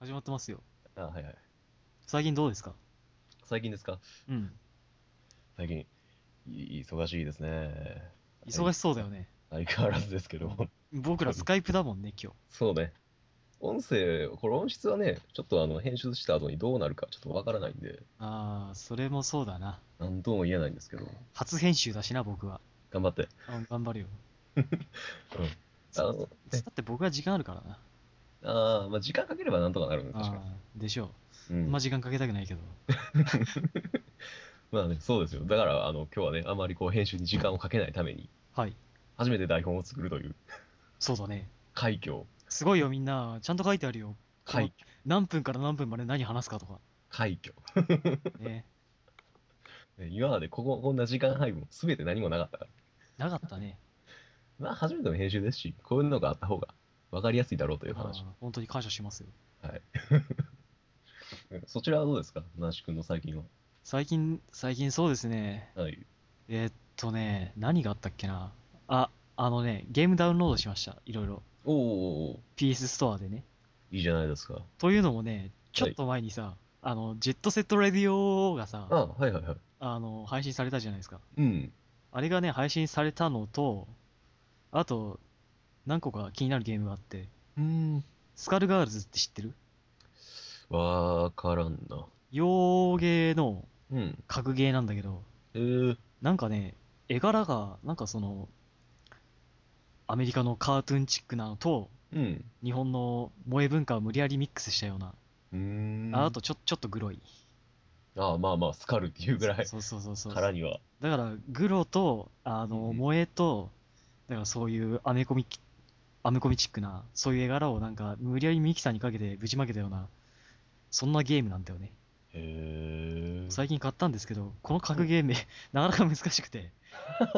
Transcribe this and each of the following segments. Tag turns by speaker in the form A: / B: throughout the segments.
A: 始まってますよ。
B: あ、はいはい。
A: 最近どうですか
B: 最近ですか
A: うん。
B: 最近、い忙しいですね。
A: 忙しそうだよね。
B: 相変わらずですけども。
A: 僕らスカイプだもんね、今
B: そうね。音声、これ音質はね、ちょっとあの、編集した後にどうなるかちょっとわからないん
A: 日。
B: で、
A: ああ、それもそうだな。
B: なんとも言えないんですけど、
A: 初編集だしな、僕は。
B: 頑張って。
A: うん頑張るよ。
B: うん。あの、ね
A: だって僕は時間あるからな。
B: あーまあ、時間かければなんとかなるんで、確
A: あ
B: か
A: あ、でしょ
B: に。う
A: う。あ
B: ん
A: んま時間かけたくないけど。
B: まあね、そうですよ。だから、あの、今日はね、あまりこう、編集に時間をかけないために、
A: はい。
B: 初めて台本を作るという、
A: そうだね。
B: 快挙。
A: すごいよ、みんな。ちゃんと書いてあるよ。
B: 快
A: この何分から何分まで何話すかとか。
B: 快挙。
A: ね。
B: ね今までここ、こんな時間配分、すべて何もなかったから。
A: なかったね。
B: まあ、初めての編集ですし、こういうのがあった方が分かりやすいだろうという
A: あ
B: 話。
A: あ本当に感謝しますよ。
B: はい。 そちらはどうですかナシ君の最近は。
A: 最近、最近そうですね。
B: はい。
A: えーっとね、何があったっけな。あ、あのね、ゲームダウンロードしました。いろいろ。
B: おーおーおー
A: PS ストアでね。
B: いいじゃないですか。
A: というのもね、ちょっと前にさ、あの、ジェットセットレディオがさ、
B: あ
A: あ
B: はいはいはい。
A: の、配信されたじゃないですか。
B: うん。
A: あれがね、配信されたのと、あと、何個か気になるゲームがあって、
B: うーん。
A: スカルガールズって知ってる
B: わからんな。
A: 洋芸の
B: うん。
A: 格ゲーなんだけど、
B: えー、
A: なんかね、絵柄が、なんかその、アメリカのカートゥーンチックなのと、
B: うん。
A: 日本の萌え文化を無理やりミックスしたような、
B: うーん。
A: ああとちょちょっとグロい。
B: ああまあまあ、スカルっていうぐらい
A: そうそうそうそう。
B: からには。
A: だから、グロと、あの、
B: うん
A: 萌えと、だからそういうアメコミ、アメコミチックな、そういう絵柄をなんか、無理やりミキサーにかけてぶちまけたような、そんなゲームなんだよね。
B: へえ。
A: 最近買ったんですけど、この格ゲーめ、なかなか難しく て、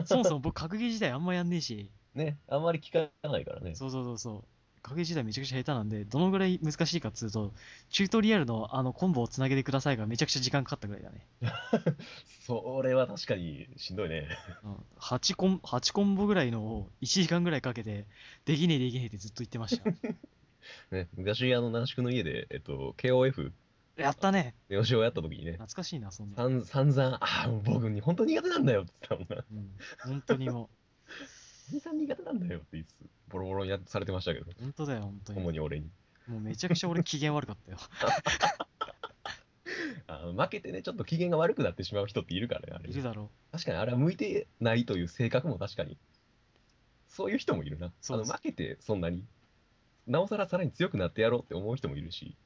A: そもそも僕格ゲー自体あんまやんねえし、
B: ね、あんまり聞かないからね。
A: そうそうそうそう。格ゲー自体めちゃくちゃ下手なんで、どのぐらい難しいかっつうと、チュートリアルのあのコンボをつなげてくださいがめちゃくちゃ時間かかったぐらいだね。
B: それは確かにしんどいね。
A: うん8コン、8コンボぐらいのを1時間ぐらいかけて、できねえできねえってずっと言ってました。
B: ね昔、あの、ナシ君の家で、えっと、KOF、
A: やったね。
B: ネオジオやった時にね、
A: 懐かしいな、そんな。
B: さん散々、ああ、もう僕に本当に苦手なんだよって言ったもんな。
A: うん、本当にも
B: 兄さん苦手なんだよって言いつつ、ボロボロにやされてましたけど、
A: う、本当だよ、本当に。
B: 主に俺に。
A: もうめちゃくちゃ俺機嫌悪かったよ。
B: あの負けてね、ちょっと機嫌が悪くなってしまう人っているからね、あれ
A: い。るだろ
B: 確かにあれは向いてないという性格も確かに、そういう人もいるな。
A: そう
B: あの
A: そう
B: 負けてそんなに、なおさらさらに強くなってやろうって思う人もいるし、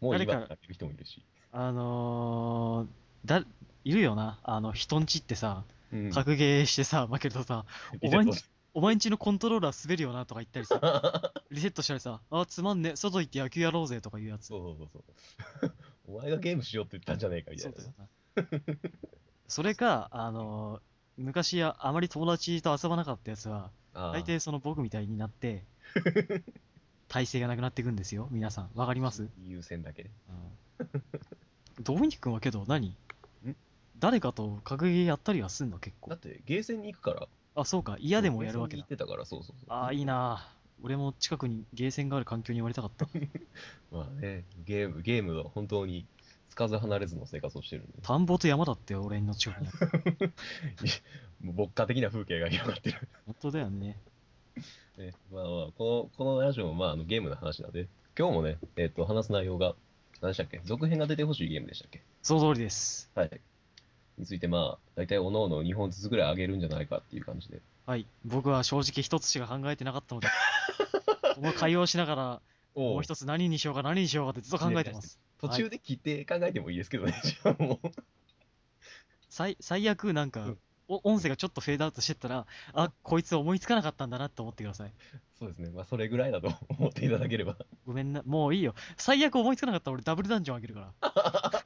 B: もう今
A: 誰か
B: なってる人もいるし。
A: う。あのー、だ、いるよな。あの、人んちってさ、
B: うん
A: 格ゲーしてさ、負けるとさ、
B: リ
A: お
B: セッ
A: 前ん
B: ト
A: ち、お前んちのコントローラー滑るよなとか言ったりさ、 リセットしたりさ、あ、つまんねえ、外行って野球やろうぜとかいうやつ。
B: そうそうそうそう。 お前がゲームしようって言ったんじゃねえかみた
A: そ
B: いうな
A: だ。よな。それか、あのー、昔ああまり友達と遊ばなかったやつは、
B: あー
A: 大体その僕みたいになって、体勢がなくなっていくんですよ、皆さん。わかります、
B: 優先だけね。
A: ドミニク君はけど何、誰かと格ゲーやったりはすんの結
B: だ
A: 構
B: っ。て、ゲーセンに行くから、
A: あ、そうか。嫌でもやるわけだ
B: ゲーセンに行っ。てたから、そうそうそう。
A: ああ、いいなぁ俺も近くにゲーセンがある環境に生まれたかった。
B: まあね、ゲーム、ゲームは本当に、つかず離れずの生活をしてるんで、
A: 田んぼと山だ って俺の近くにある。
B: もう牧歌的な風景が広がってる。
A: 本当だよね。
B: ね、まあまあ、この、このラジオもまあ、あの、ゲームの話なんで、今日もね、えっ、と、話す内容が、何でしたっけ続編が出てほしいゲームでしたっけ
A: その通りです。
B: はい。についてまあ、大体おのおの2本ずつぐらい上げるんじゃないかっていう感じで。
A: はい。僕は正直一つしか考えてなかった ので、この会話をしながら、
B: お
A: もう一つ何にしようか何にしようかってずっと考えてます。
B: 途中で切って考えてもいいですけどね、じゃあもう。
A: 最最悪なん
B: う
A: か
B: ん、
A: お音声がちょっとフェードアウトしてったら、あ、こいつ思いつかなかったんだなって思ってください。
B: そうですね。まあ、それぐらいだと思っていただければ。
A: ごめんな、もういいよ。最悪思いつかなかったら俺ダブルダンジョンあげるから。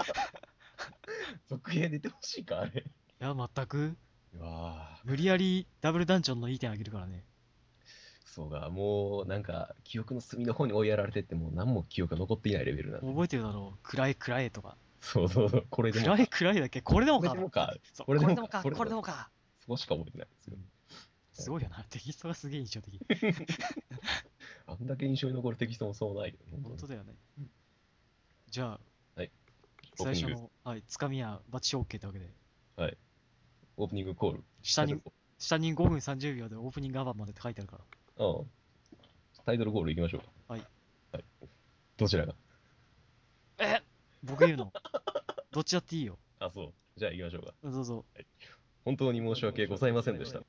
B: 続編出てほしいか、あれ。
A: いや、全く、
B: うわあ
A: 無理やりダブルダンジョンのいい点あげるからね。
B: そうか、もうなんか記憶の隅の方に追いやられてってもう何も記憶が残っていないレベルなんで。
A: 覚えてるだろう。暗い暗いとか。
B: そうそうそう、これでも
A: 暗い暗いだっけこれでも
B: こ
A: か
B: れでもか、
A: そう
B: これでもか
A: これでもかこれ
B: これ
A: で
B: で
A: も
B: も
A: か
B: そこしか覚えてないですよ。
A: すごいよな。テキストがすげえ印象的。
B: あんだけ印象に残るテキストもそうないよ。
A: 本当だよね。じゃあ、
B: オー
A: 最
B: プニ
A: 初
B: ング、
A: の、はい、つかみはバッチリ OK ってわけで、
B: オープニングコール。
A: 下
B: タイ
A: に
B: ト、
A: 下に5分30秒でオープニングアバンまでって書いてあるから。
B: ルコールうんタイトルコールいきましょうか。
A: はい。
B: はい。どちらが
A: え僕言う のどっちだっていいよ。
B: あ、そう。じゃあ行きましょうか。
A: どうぞ。
B: 本当に申し訳ございませんでした。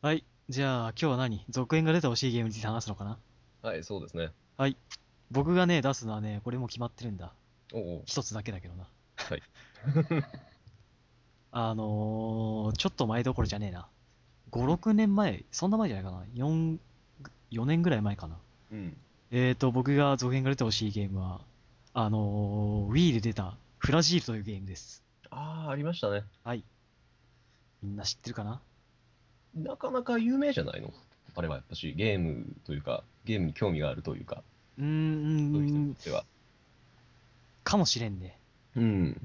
A: はい。じゃあ、今日は何続編が出てほしいゲームについて話すのかな
B: はい、そうですね。
A: 僕がね、出すのはね、これもう決まってるんだ。
B: おうおう。
A: 一つだけだけどな。
B: はい。
A: あのー、ちょっと前どころじゃねえな。5、6年前そんな前じゃないかな。4、4年ぐらい前かな。
B: うん。
A: えーと、僕が続編が出てほしいゲームは、あのー、Wii で出た、フラジールというゲームです。
B: ああ、ありましたね。
A: はい。みんな知ってるかな
B: なかなか有名じゃないのあれはやっぱし、ゲームというか、ゲームに興味があるというか、
A: うー
B: そういう人に
A: ん、
B: とっては。
A: かもしれんね。
B: うん。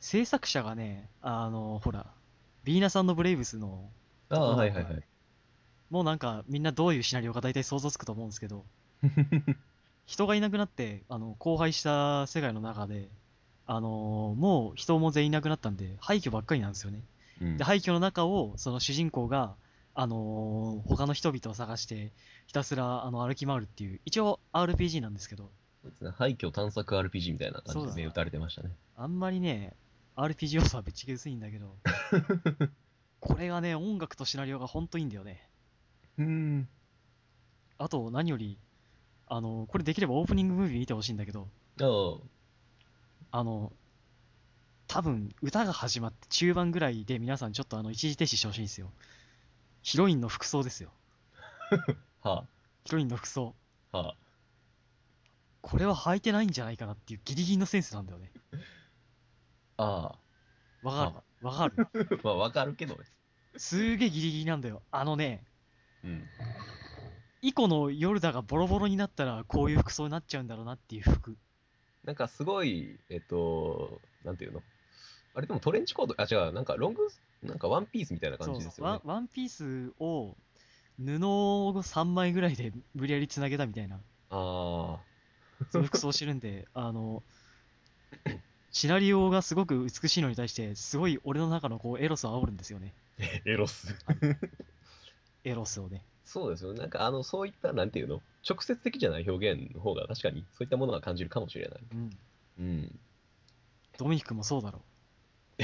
A: 制作者がね、あの、ほら、ビーナさんのブレイブスの、
B: ああ、はいはいはい。
A: もうなんかみんなどういうシナリオか大体想像つくと思うんです けど、人がいなくなって、あの、荒廃した世界の中で、あの、もう人も全員いなくなったんで、廃墟ばっかりなんですよね。
B: うん
A: で、廃墟の中を、その主人公が、あの他の人々を探して、ひたすら、あの、歩き回るっていう、一応 RPG なんですけど、
B: そうですね廃墟探索 RPG みたいな感
A: そう
B: じ
A: だ
B: で
A: ね
B: 目打たれてましたね。
A: あんまりね、RPG 要素はぶっちゃけ薄いんだ けど、これがね、音楽とシナリオがほんといいんだよね。
B: うん。
A: あと、何より、あの、これできればオープニングムービー見てほしいんだけど、
B: ああ、
A: あの、多分、歌が始まって中盤ぐらいで皆さんちょっとあの、一時停止してほしいんですよ。ヒロインの服装ですよ。
B: は
A: ヒロインの服装。
B: あ、はあ。
A: これは履いてないんじゃないかなっていうギリギリのセンスなんだよね。
B: あ
A: わかるわかる
B: あ。 まあ、わかるけどね。
A: すげえギリギリなんだよ。あのね、
B: うん。
A: イコのヨルダがボロボロになったらこういう服装になっちゃうんだろうなっていう服。
B: なんかすごい、えっと、なんていうのあれでもトレンチコート、あ、違う、なんかロング、なんかワンピースみたいな
A: そ
B: 感
A: う
B: じですよ
A: ワン
B: ね。
A: ワンピースを布を3枚ぐらいで無理やりつなげたみたいな、
B: あ
A: そういう服装してるん で、あの、シナリオがすごく美しいのに対して、すごい俺の中のこうエロスを煽るんですよね。
B: あ、エロス。
A: エロスをね。
B: そうですよね。なんかあの、そういった、なんていうの直接的じゃない表現の方が確かにそういったものが感じるかもしれない。
A: うん。
B: うん。
A: ドミニクもそうだろう。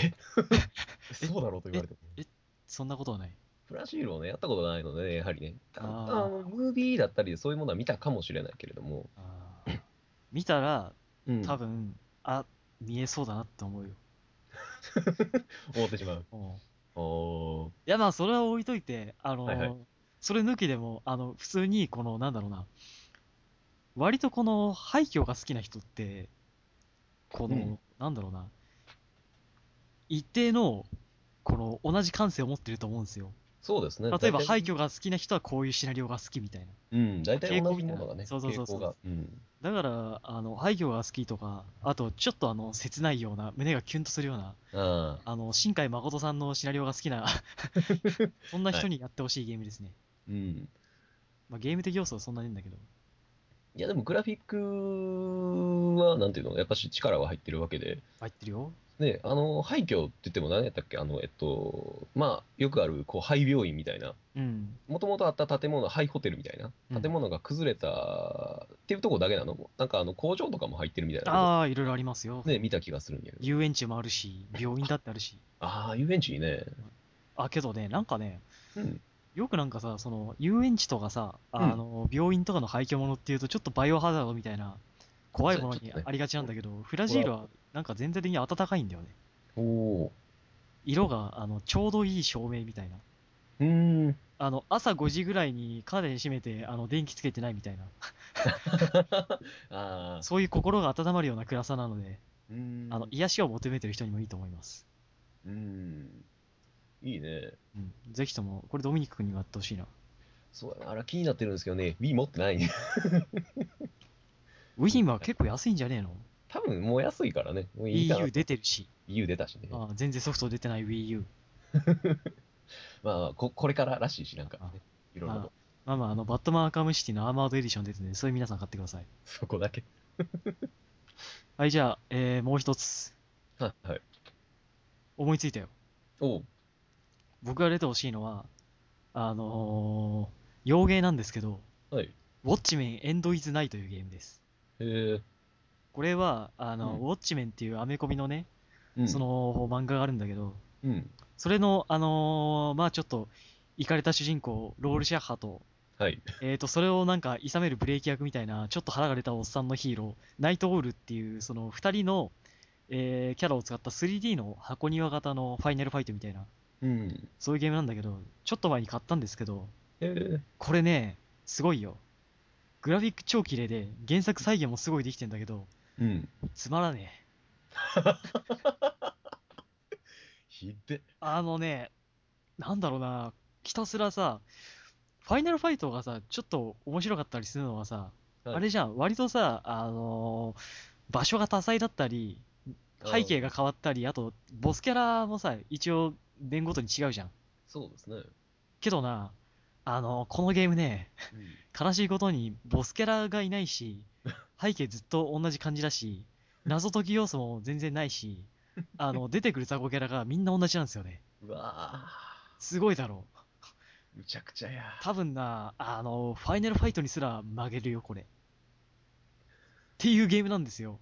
B: そうだろうと言われても。
A: そんなことはない。
B: ブラジルをね、やったことがないのでね、やはりね、あ
A: あー
B: あのムービーだったりでそういうものは見たかもしれないけれども、
A: あー見たら、
B: うん
A: 多分、あ見えそうだなって思うよ
B: 思ってしまう。
A: うんい
B: おー
A: やまあそれは置いといてあの、
B: はいはい
A: それ抜きでもあの普通にこのなんだろうな割とこの廃墟が好きな人ってこの、
B: うん
A: なんだろうな一定のこの同じ感性を持ってると思うんですよ
B: そうですね。
A: 例えば
B: 大
A: 廃
B: 体
A: 墟が好きな人はこういうシナリオが好きみたいな
B: うん、大体
A: 傾
B: 同
A: 向み
B: じ
A: たいな
B: ものがね、
A: そうそうそうそう
B: 傾向が。うん。
A: だからあの廃墟が好きとかあとちょっとあの切ないような胸がキュンとするような
B: ああ、
A: あの、新海誠さんのシナリオが好き な、そんな人にやってほしいゲームですね。
B: うん。
A: まあ、ゲーム的要素はそんなにいいんだけど。
B: いや、でもグラフィックは、なんていうの、やっぱし力は入ってるわけで、
A: 入ってるよ。
B: ね、あの、廃墟って言っても何やったっけ、あの、えっと、まあ、よくある、こう、廃病院みたいな、
A: うん。
B: もともとあった建物、廃ホテルみたいな
A: うん、
B: 建物が崩れたっていうところだけなの、なんかあの工場とかも入ってるみたいなこと
A: ああ、いろいろありますよ。
B: ね、見た気がするんやけど。
A: 遊園地もあるし、病院だってあるし。
B: ああ、遊園地いいね。
A: あ、けどね、なんかね、
B: うん。
A: よくなんかさ、その、遊園地とかさ、あの、病院とかの廃墟ものっていうと、ちょっとバイオハザードみたいな、怖いもの
B: ちょ
A: に
B: っとね
A: ありがちなんだけど、フラジールはなんか全体的に温かいんだよね。
B: おお。
A: 色があのちょうどいい照明みたいな。
B: うーん。
A: あの朝5時ぐらいにカーテン閉めてあの電気つけてないみたいな、
B: ああ。
A: そういう心が温まるような暗さなので、
B: うーん。
A: あの癒しを求めてる人にもいいと思います。
B: うーん。いいね。
A: うん、ぜひとも、これドミニク君にもやってほしいな。
B: そうだな。あら、気になってるんですけどね、Wii 持ってない。
A: ウィンは結構安いんじゃねえの
B: 多分もう安いからね。もういいかな
A: ?EU 出てるし、
B: EU 出たしね。
A: あ全然ソフト出てない WiiU。
B: まあまあこ、これかららしいし、なんかね、いろいろ
A: まあ
B: と。、
A: まあまあ、あの、バットマンアーカムシティのアーマードエディション出てるんで、それ皆さん買ってください。
B: そこだけ。
A: はい、じゃあ、えー、もう一つ、
B: はいはい。
A: 思いついたよ。
B: おう。
A: 僕が出てほしいのは、あのー、洋芸なんですけど、
B: はい。
A: ウォッチメンエンドイズナイというゲームです。
B: へえ。
A: これは、あの、
B: うん
A: ウォッチメンっていうアメコミのね、
B: うん
A: そ、の漫画があるんだけど、
B: うん。
A: それの、あのーまあちょっと、イかれた主人公、ロールシャッハと、
B: はい。
A: えー、と、それをなんか、諌めるブレーキ役みたいな、ちょっと腹が出たおっさんのヒーロー、ナイトオールっていう、その二人の、えーキャラを使った 3D の箱庭型のファイナルファイトみたいな、
B: うん。
A: そういうゲームなんだけど、ちょっと前に買ったんですけど、
B: へえ。
A: これね、すごいよ。グラフィック超綺麗で、原作再現もすごいできてんだけど、
B: うん。
A: つまらねえ。
B: ひで。
A: あのね、なんだろうな、ひたすらさ、ファイナルファイトがさ、ちょっと面白かったりするのはさ、
B: はい
A: あれじゃん、割とさ、あのー場所が多彩だったり、背景
B: が。
A: が変わったり、あと、ボスキャラもさ、一応、年ごとに違うじゃん。
B: そうですね。
A: けどな、あのーこのゲームね、悲しいことに、ボスキャラがいない し、背景ずっと同じ感じだし、謎解き要素も全然ないし、あの、出てくる雑魚キャラがみんな同じなんですよね。
B: うわぁ。
A: すごいだろう。
B: むちゃくちゃや。
A: 多分な、あの、ファイナルファイトにすら曲げるよ、これ。っていうゲームなんですよ。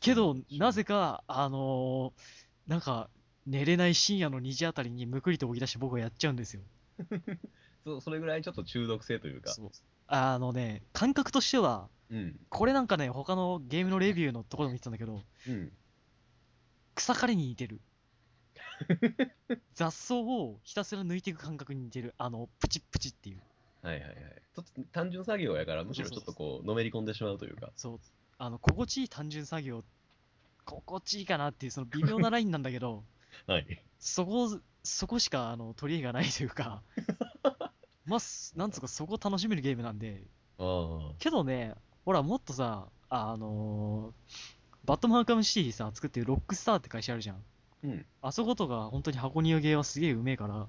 A: けど、なぜか、
B: か。
A: あのなんか、寝れない深夜の2時あたりにむくりと起き出して僕はやっちゃうんですよ。
B: そうそれぐらいちょっと中毒性というか。
A: そうあのね、感覚としては、
B: うん。
A: これなんかね、他のゲームのレビューのところで見てたんだけど、
B: うん。
A: 草刈りに似てる。雑草をひたすら抜いていく感覚に似てる。あの、プチップチっていう。
B: はいはいはい。ちょっと単純作業やから、むしろちょっとこう、のめり込んでしまうというか。
A: そう、あの、心地いい単純作業、心地いいかなっていう、その微妙なラインなんだけど、
B: はい。
A: そこ、そこしか、あの、取り柄がないというか、 まあ、すなんつうか、そこを楽しめるゲームなんで、
B: あ
A: けどね、ほら、もっとさ、あのーバットマンアーカムシティさ、作ってるロックスターって会社あるじゃん。
B: あ。うん。
A: あそことか、本当に箱庭ゲーはすげえうめえから、あ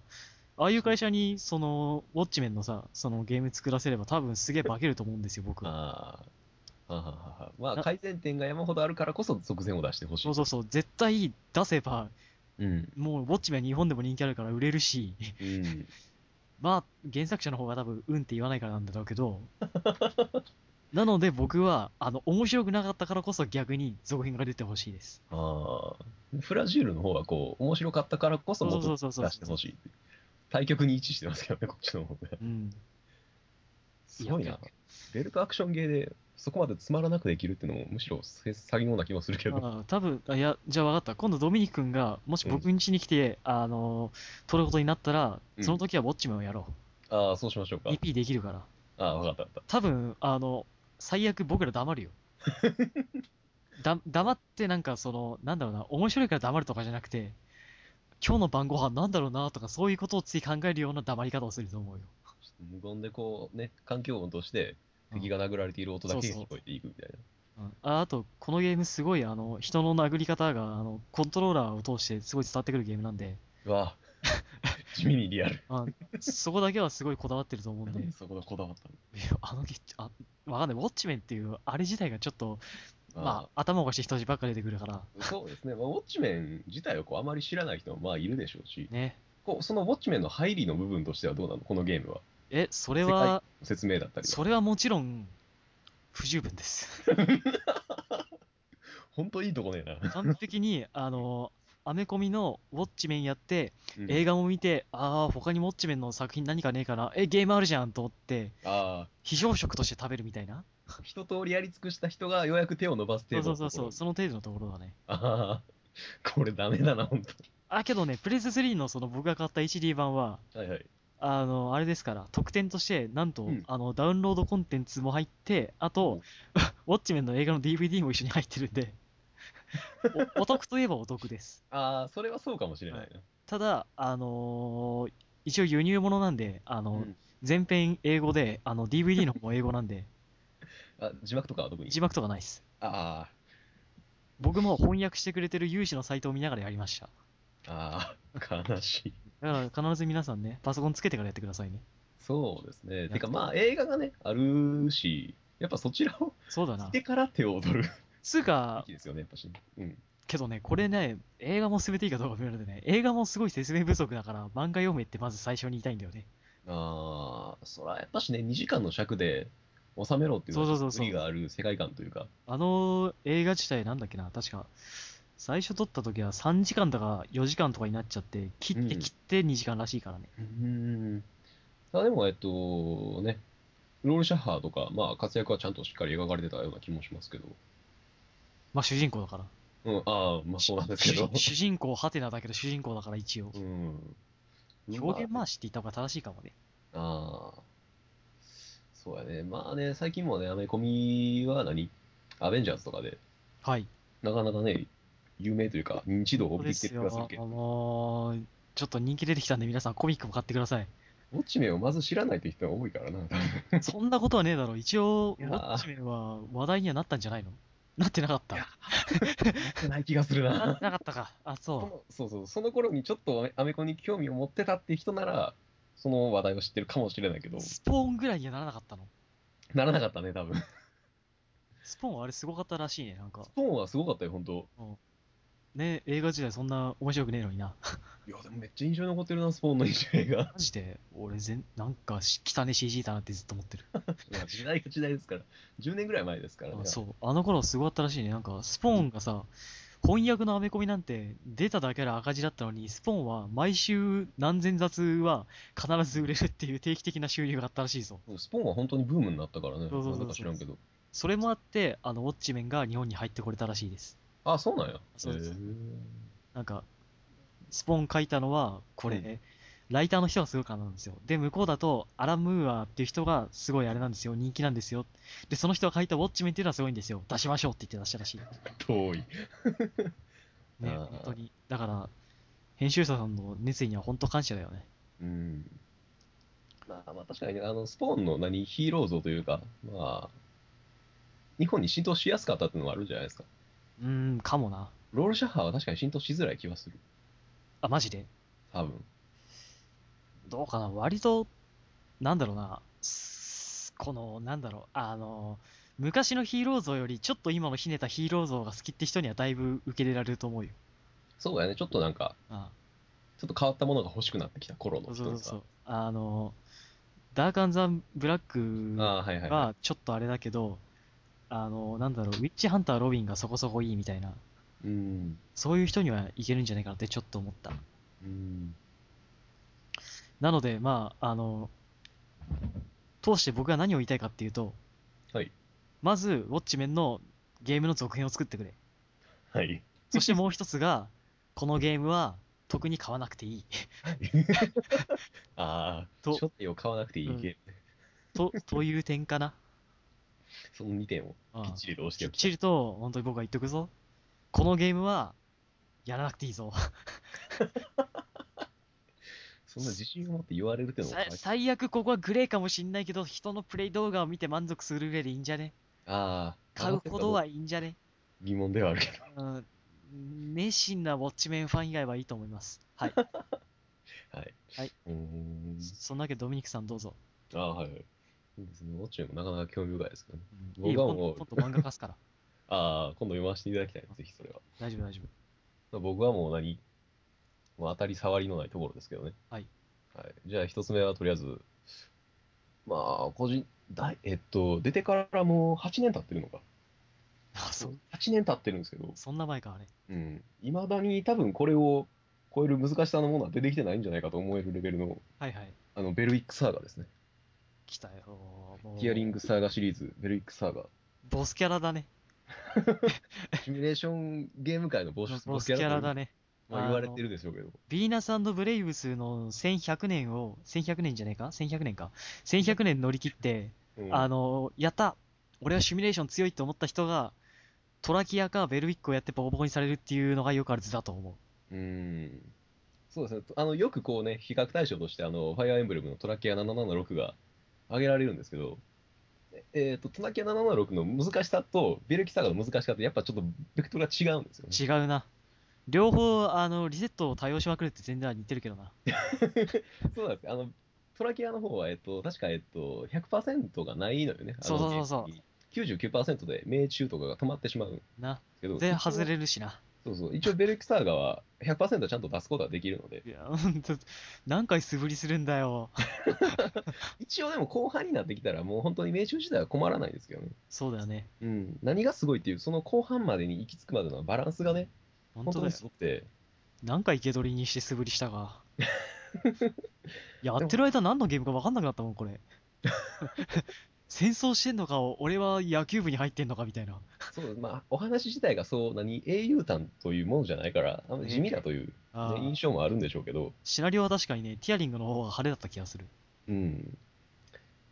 A: あいう会社に、その、ウォッチメンのさ、そのゲーム作らせれば多分すげえ化けると思うんですよ、僕。
B: ああ。はははは。まあ、
A: な
B: 改善点が山ほどあるからこそ、続編を出してほしい。
A: そうそうそう、絶対出せば、
B: うん。
A: もう、ウォッチメン日本でも人気あるから売れるし、
B: うん。
A: まあ、原作者の方が多分、うんって言わないからなんだろうけど、 なので僕は、あの、面白くなかったからこそ逆に続編が出てほしい です。
B: ああ。フラジールの方はこう、面白かったからこそ、もっ
A: そ
B: と
A: うそうそうそう
B: 出してほしいっていう。対局に位置してますけどね、こっちの方が。
A: うん。
B: すごい
A: いや
B: な。ベルトアクションゲーで、そこまでつまらなくできるっていうのも、むしろせ詐欺のような気もするけど。
A: ああ多分あいや、じゃあ分かった。今度ドミニク君が、もし僕ん家に来て、あの、撮ることになったら、
B: うん
A: その時はウォッチメンをやろ
B: ああ、そうしましょう
A: う。
B: か。
A: EP できるから。
B: ああ、わかったわかっ
A: 多分、あの、最悪僕ら黙る よ。だ、黙ってなんかその、なんだろうな、面白いから黙るとかじゃなくて、今日の晩ご飯なんだろうなとか、そういうことをつい考えるような黙り方をすると思うよ。
B: た。ちょっと無言でこう、ね、環境音として、敵が殴られている音だけ
A: そうそう
B: 聞こえていくみたいな。
A: うんああと、このゲームすごい、あの、人の殴り方が、あの、コントローラーを通してすごい伝わってくるゲームなんで、
B: うわあ 地味にリアル。
A: あそこだけはすごいこだわってると思うん
B: なん
A: で
B: で、そこがこだわったの
A: いやあのゲ、あ、わかんない、ウォッチメンっていう、あれ自体がちょっと、ま
B: あ
A: あ、頭おかしい人たちばっか出てくるから、
B: あ、そうですね、まあ、ウォッチメン自体をこうあまり知らない人もまあいるでしょうし、
A: ね。
B: こうそのウォッチメンの入りの部分としてはどうなの、このゲームは。
A: え、それ
B: 世界
A: は
B: の、説明だったりは、
A: それはもちろん、不十分 です。
B: 本当いいとこねえな。
A: 完璧に、あの、アメコミのウォッチメンやって、
B: うん
A: 映画も見て、ああ、他にウォッチメンの作品何かねえかな、え、ゲームあるじゃんと思って、
B: あ
A: 非常食として食べるみたいな。
B: あ、一通りやり尽くした人がようやく手を伸ばす
A: そ
B: 程
A: うそ
B: 度の
A: う
B: とこ
A: そう
B: ろ
A: そう、その程度のところだね。
B: ああ、これダメだな、本
A: あ、けどね、プレステ3のその僕が買った HD 版は、
B: 当。はいはい。
A: あの、あれですから、特典として、なんと、
B: うん
A: あの、ダウンロードコンテンツも入って、あと、 ウォッチメンの映画の DVD も一緒に入ってるん で、おお得といえばお得です。
B: ああ、それはそうかもしれないな。
A: ただ、あのー一応輸入物なんで、あの、
B: うん
A: 全編英語で、あの、DVD の方も英語なんで、
B: あ、字幕とかは特に。
A: 字幕とかないです。
B: あ
A: 僕も翻訳してくれてる有志のサイトを見ながらやりました。
B: あ、ああ、悲しい。
A: だから必ず皆さんね、パソコンつけてからやってくださいね。
B: そうですね。
A: と
B: てか、まあ、映画がね、あるし、やっぱそちらを
A: そうだ
B: 見
A: な。
B: てから手を踊る
A: つう
B: べ
A: か
B: き、ですよね、やっぱし。うん。
A: けどね、これね、映画も進めていいかどうか微妙でね、映画もすごい説明不足だから、漫画読めってまず最初に言いたいんだよね。
B: ああ、そら、やっぱしね、2時間の尺で収めろっていうのは
A: そうそうそうそう
B: 無理がある世界観というか。
A: あの映画自体なんだっけな、確か、最初撮った時は3時間とか4時間とかになっちゃって、切って
B: うん
A: 切って2時間らしいからね。
B: うん。あでも、えっと、ね、ロール・シャッハーとか、まあ、活躍はちゃんとしっかり描かれてたような気もしますけど。
A: まあ主人公だから。
B: うん、ああ、まあ、そうなんですけど
A: 主。主人公ハテナだけど主人公だから一応
B: う。ん。
A: 表現回しって言った方が正しいかもね。
B: ああ。そうやね。まあね、最近もね、アメコミは何アベンジャーズとかで、
A: はい。
B: なかなかね、有名というか、認知度を
A: そう
B: 帯
A: で
B: びてきて
A: す
B: る気がする
A: よ。
B: け
A: あ
B: ど、
A: のーちょっと人気出てきたんで皆さんコミックも買ってくだ さい。
B: ウォッチメンをまず知らないって人が多いからな。
A: そんなことはねえだろ。一応、ウ
B: いや
A: ォ
B: ー
A: ッチメンは話題にはなったんじゃないのなってなかった
B: い。やない気がする
A: なっ
B: な。
A: てなかったか。あ、
B: そ
A: そ
B: のそうそう、その頃にちょっとアメコミに興味を持ってたって人なら、その話題を知ってるかもしれないけど
A: う。、スポーンぐらいにはならなかったの。
B: ならなかったね、多分。
A: スポーンはあれすごかったらしいね、なんか
B: ス。トーンはすごかったよ、本当
A: ね、映画時代そんな面白くねえのにな。
B: いや、でもめっちゃ印象に残ってるな、ストーンの印象映画。
A: マジで、俺全、なんかし汚ね CG だなってずっと思ってる。
B: まあ時代が時代ですから、10年ぐらい前ですからね。
A: あそう、あの頃すごかったらしいね。なんか、スポーンがさ、翻訳のアメコミなんて出ただけで赤字だったのに、スポーンは毎週何千冊は必ず売れるっていう定期的な収入があったらしいぞ。
B: スポーンは本当にブームになったからね。
A: そうそうそうそう
B: なんか知らんけど。
A: それもあって、あの、ウォッチメンが日本に入ってこれたらしいです。
B: あ、そうなんや。
A: そうです
B: へ
A: なんか、スポーン書いたのは、これ、
B: うん
A: ライターの人がすごいからなんですよ。で、向こうだと、アラン・ムーアっていう人がすごいあれなんですよ。人気なんですよ。で、その人が書いたウォッチメンっていうのはすごいんですよ。出しましょうって言って出したらしい。ね、
B: ー遠い。あー
A: 本当に。だから、編集者さんの熱意には本当感謝だよね。
B: うん。まあまあ確かにね、あの、スポーンの何、ヒーロー像というか、まあ、日本に浸透しやすかったっていうのはあるんじゃないですか。
A: うーん、かもな。
B: ロールシャッハーは確かに浸透しづらい気はする。
A: あ、マジで。
B: 多分。
A: どうかな。割と、なんだろうな。すこの、なんだろう。あの、昔のヒーロー像より、ちょっと今のひねたヒーロー像が好きって人にはだいぶ受け入れられると思うよ。
B: そうやね、ちょっとなんか、
A: あ
B: ちょっと変わったものが欲しくなってきた頃
A: そ
B: の
A: うそうそ
B: 人
A: う
B: が
A: そう。あの、ダークアンザンブラック
B: ああ、はいはいは
A: はちょっとあれだけど、あの、なんだろう、ウィッチハンターロビンがそこそこいいみたいな、
B: い。うん。
A: そういう人にはいけるんじゃないかなってちょっと思った。
B: うん。
A: なので、まあ、あの、通して僕が何を言いたいかっていうと、
B: はい。
A: まず、ウォッチメンのゲームの続編を作ってくれ。
B: はい。
A: そしてもう一つ が、このゲームは特に買わなくていい。
B: ああ、
A: と
B: 初手を買わなくていいゲームね。
A: と、という点か な。
B: その2点を
A: うん
B: きっちりと押して
A: きっ
B: おきた
A: ち
B: い。
A: りと、本当に僕は言っとくぞ。このゲームは、やらなくていいぞ。
B: そんな自信を持って言われるっていうのも
A: さ最悪ここはグレーかもしんないけど、人のプレイ動画を見て満足する上でいいんじゃね
B: ああ、
A: 買うほどはいいんじゃね
B: 疑問ではあるけど。
A: うん。熱心なウォッチメンファン以外はいいと思います。はい。
B: はい。
A: はいう
B: ーん。
A: そんなわけでドミニクさんどうぞ。
B: ああ、はいはい。そうですね。ウォッチもなかなか興味深いですけどね。
A: うん、いいよ、
B: 僕は
A: 今
B: も
A: 度
B: う
A: 今度漫画貸すから。
B: ああ、今度読ませていただきたい。ぜひそれは。
A: 大丈夫、大丈夫。
B: 僕はもう何もう当たり障りのないところですけどね。
A: はい。
B: はい、じゃあ一つ目はとりあえず、まあ、個人、だいえっと、出てからもう8年経ってるのか。
A: あ、そう。
B: 8年経ってるんですけど、
A: そんな前か、あれ。
B: うん。いまだに多分これを超える難しさのものは出てきてないんじゃないかと思えるレベルの、
A: はいはい。
B: あの、ベルウィックサーガですね。
A: 来たよ。もう
B: ティアリングサーガシリーズ、ベルウィックサーガ。
A: ボスキャラだね。
B: シミュレーションゲーム界のボス
A: ロスキャラだ
B: ね。
A: ね。
B: まあ、言われてるでしょうけど。
A: ヴィーナスブレイブスの1100年を、1100年じゃねえか ?1100 年か。1100年乗り切って、
B: うん
A: あの、やった俺はシミュレーション強いと思った人が、トラキアかベルウィックをやってボコボコにされるっていうのがよくある図だと思う。
B: うーんそうですね。あの、よくこうね、比較対象として、あの、ファイアーエンブレムのトラキア776が挙げられるんですけど、ええーと、トラキア776の難しさと、ベルキサガの難しさって、やっぱちょっと、ベクトルが違うんですよね。
A: 違うな。両方、あの、リセットを多用しまくるって全然は似てるけどな。
B: そうなんですよあの、トラキアの方は、えっと、確か、えっと、100%がないのよね。あの
A: そうそうそうそう
B: 原石99%で命中とかが止まってしまうんで
A: な。
B: すけど、
A: 全然外れるしな。
B: そうそう。一応、ベルキサーガは100%はちゃんと出すことができるので、
A: いや、ほんと、何回素振りするんだよ。
B: 一応でも後半になってきたら、もう本当に命中自体は困らないんですけどね。
A: そうだよね。
B: うん、何がすごいっていう、その後半までに行き着くまでのバランスがね、
A: 本
B: 本
A: 当
B: 当
A: だ
B: に
A: よ
B: す。ごくて、
A: 何回生け捕りにして素振りしたか。 やってる間何のゲームか分かんなくなったもん、 これ。戦争してんのか、俺は野球部に入ってんのかみたいな。
B: そうまあ、お話自体がそう、何、英雄譚というものじゃないから、あの
A: ね
B: 地味だという、ね
A: あー
B: 印象もあるんでしょうけど、
A: シナリオは確かにね、ティアリングの方が派手だった気がする。
B: うん、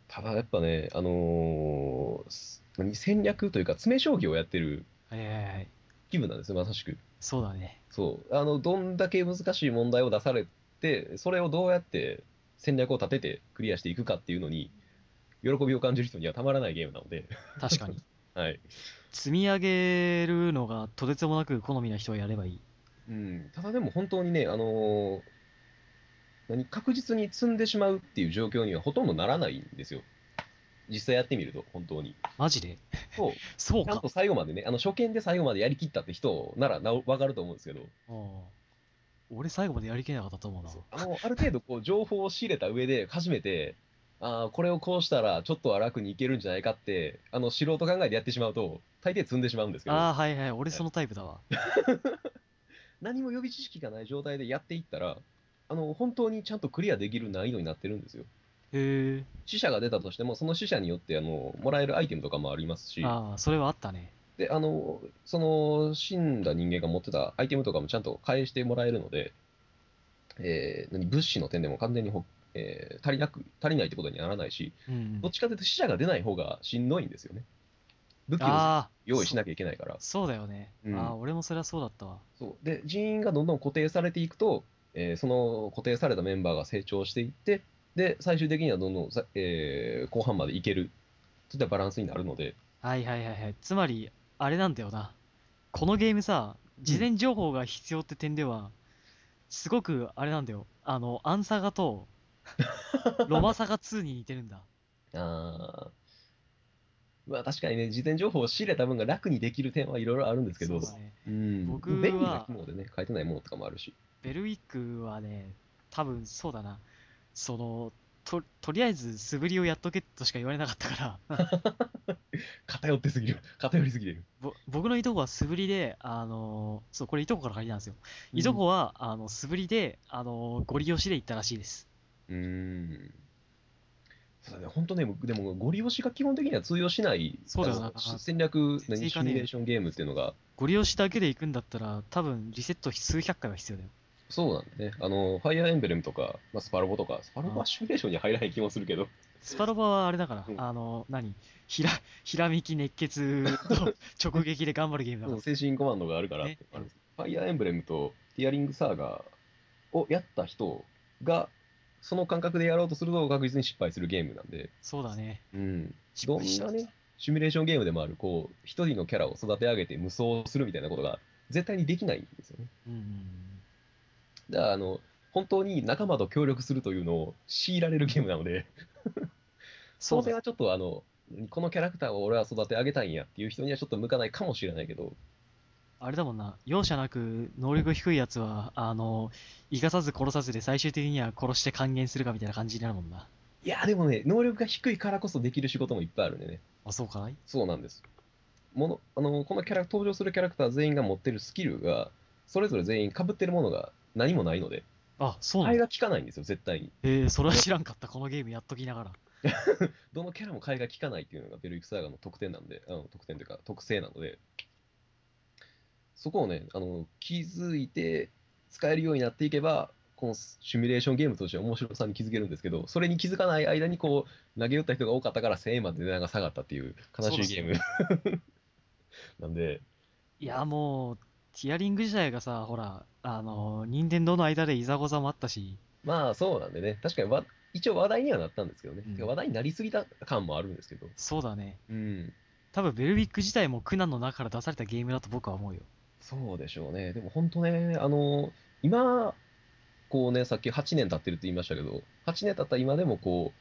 B: ただやっぱね、あのーす何、戦略というか、詰め将棋をやってる
A: はいはいはい。
B: 気分なんですよ、まさしく。
A: そうだね。
B: そうあのどんだけ難しい問題を出されて、それをどうやって戦略を立ててクリアしていくかっていうのに、喜びを感じる人にはたまらないゲームなので、
A: 確かに。
B: はい、
A: 積み上げるのがとてつもなく好みな人はやればいい。
B: うん、ただでも本当にね、あのー何確実に積んでしまうっていう状況にはほとんどならないんですよ。実際やってみると、本当に。
A: マジで
B: そう
A: そう
B: ちゃん
A: か
B: と。最後までね、あの初見で最後までやりきったって人ならなおわかると思うんですけど、
A: うん俺最後までやりきれなかったと思うな。
B: あのある程度こう情報を仕入れた上で、初めて、あーこれをこうしたらちょっとは楽にいけるんじゃないかって、あの素人考えでやってしまうと、大抵積んでしまうんですけど、
A: ああー、はいはい。俺そのタイプ だわ。
B: 何も予備知識がない状態でやっていったら、あの本当にちゃんとクリアできる難易度になってるんですよ。
A: へえ。
B: 死者が出たとしても、その死者によってあのもらえるアイテムとかもありますし、
A: ああ、それはあったね。
B: であのその死んだ人間が持ってたアイテムとかもちゃんと返してもらえるので、えー何物資の点でも完全にほ、えー足りなく足りないってことにはならないし、
A: うん
B: どっ。ちかというと死者が出ない方がしんどいんですよね。武器を
A: ああ。
B: 用意しなきゃいけないから。
A: そうだよね。
B: うん
A: ああ、俺もそれはそうだったわ。
B: そうで人員がどんどん固定されていくと、えーその固定されたメンバーが成長していって、で最終的にはどんどんさ、えー後半までいけるといったバランスになるので、
A: はいはいはいはい。つまり、あれなんだよな。このゲームさ、事前情報が必要って点では、すごくあれなんだよ。あの、アンサガと、ロマサガ2に似てるんだ。
B: あーまあ、確かにね、事前情報を仕入れた分が楽にできる点はいろいろあるんですけど、
A: そうだね。
B: うん、
A: 僕は
B: 便利な機能でね、書いてないものとかもあるし。
A: ベルウィックはね、多分そうだな。その、と、とりあえず素振りをやっとけとしか言われなかったから。
B: 偏って すぎる。偏りすぎる。
A: ぼ僕のいとこは素振りで、あのーそう、これいとこから借りたんですよ。
B: うん
A: いとこは、あの、素振りで、あのーゴリ押しで行ったらしいです。
B: うーん。そうだね、本当ね、僕でも、ゴリ押しが基本的には通用しない、
A: そうだよな
B: あのし戦略、
A: 全然
B: 何
A: い
B: シ
A: かねえ
B: ミュレーションゲームっていうのが、
A: ゴリ押しだけで行くんだったら、多分リセット数百回は必要だよ。
B: そうなんだね。あの、ファイアーエンブレムとか、まあ、スパロボとか、スパロボはシミュレーションに入らない気もするけど、
A: スパロボはあれだから、
B: うん
A: あのー何ひら、ひらめき熱血 と直撃で頑張るゲームだから。
B: 精神コマンドがあるからって
A: ね
B: あるんですファイアーエンブレムとティアリングサーガーをやった人が、その感覚でやろうとすると確実に失敗するゲームなんで、
A: そうだね。
B: うん。
A: 失
B: どん
A: 敗した
B: なね、シミュレーションゲームでもある、こう、一人のキャラを育て上げて無双するみたいなことが、絶対にできないんですよね。
A: うんうんうん。
B: だからあの本当に仲間と協力するというのを強いられるゲームなので、そ
A: そ
B: の
A: うだ
B: 点はちょっとあの、このキャラクターを俺は育て上げたいんやっていう人にはちょっと向かないかもしれないけど、
A: あれだもんな、容赦なく能力低いやつは、あのー、生かさず殺さずで最終的には殺して還元するかみたいな感じになるもんな。
B: いや、でもね、能力が低いからこそできる仕事もいっぱいあるんでね、
A: あ、そうかい
B: そうなんです。ものあのこのキャラ登場するキャラクター全員が持ってるスキルが、それぞれ全員被ってるものが何もないので、
A: あ、そうなん
B: 替え
A: だ。
B: が効かないんですよ、絶対に。
A: えー、それは知らんかった、このゲームやっときながら。
B: どのキャラも替えが効かないっていうのがベルイクサーガの特典なんで、あの特典というか、特性なので、そこをね、あの、気づいて使えるようになっていけば、このシミュレーションゲームとして面白さに気づけるんですけど、それに気づかない間にこう、投げ打った人が多かったから1000円まで値段が下がったっていう悲しいゲーム。 なんで、
A: いや、もう、ティアリング自体がさ、ほら、あの、任天堂の間でいざこざもあったし、
B: まあそうなんでね、確かにわ一応話題にはなったんですけどね、
A: うん
B: てか話題になりすぎた感もあるんですけど、
A: そうだね。
B: うん、
A: 多分ベルビック自体も苦難の中から出されたゲームだと僕は思うよ。
B: そうでしょうね、でも本当ね、あの今、こうね、さっき8年経ってるって言いましたけど、8年経った今でもこ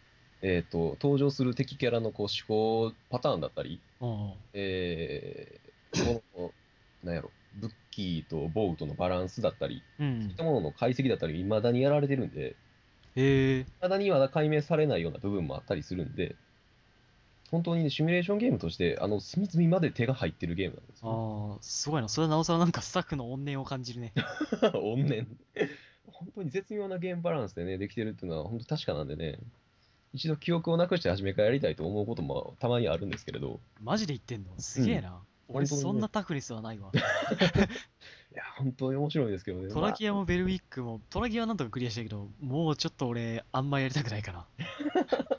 B: う、えー、と登場する敵キャラのこう思考パターンだったり、
A: うんうん。
B: えー、このなんやろ、武器と防具とのバランスだったり、
A: う
B: そうい
A: ん
B: った。ものの解析だったり、未だにやられてるんで、
A: へえ。
B: 未だにまだ解明されないような部分もあったりするんで、本当に、ね、シミュレーションゲームとして、あの隅々まで手が入ってるゲームなんですよ。
A: ああ、すごいな。それはなおさらなんかスタッフの怨念を感じる ね。
B: 怨念。本当に絶妙なゲームバランスでね、できてるっていうのは本当確かなんでね、一度記憶をなくして初めからやりたいと思うこともたまにあるんですけれど、
A: マジで言ってんのすげえな。俺
B: 本当にね
A: そんなタフネスはないわ。
B: いや、本当に面白いですけどね。
A: トラキアもベルウィックも、トラキアはなんとかクリアしたけど、もうちょっと俺、あんまやりたくないかな。
B: ま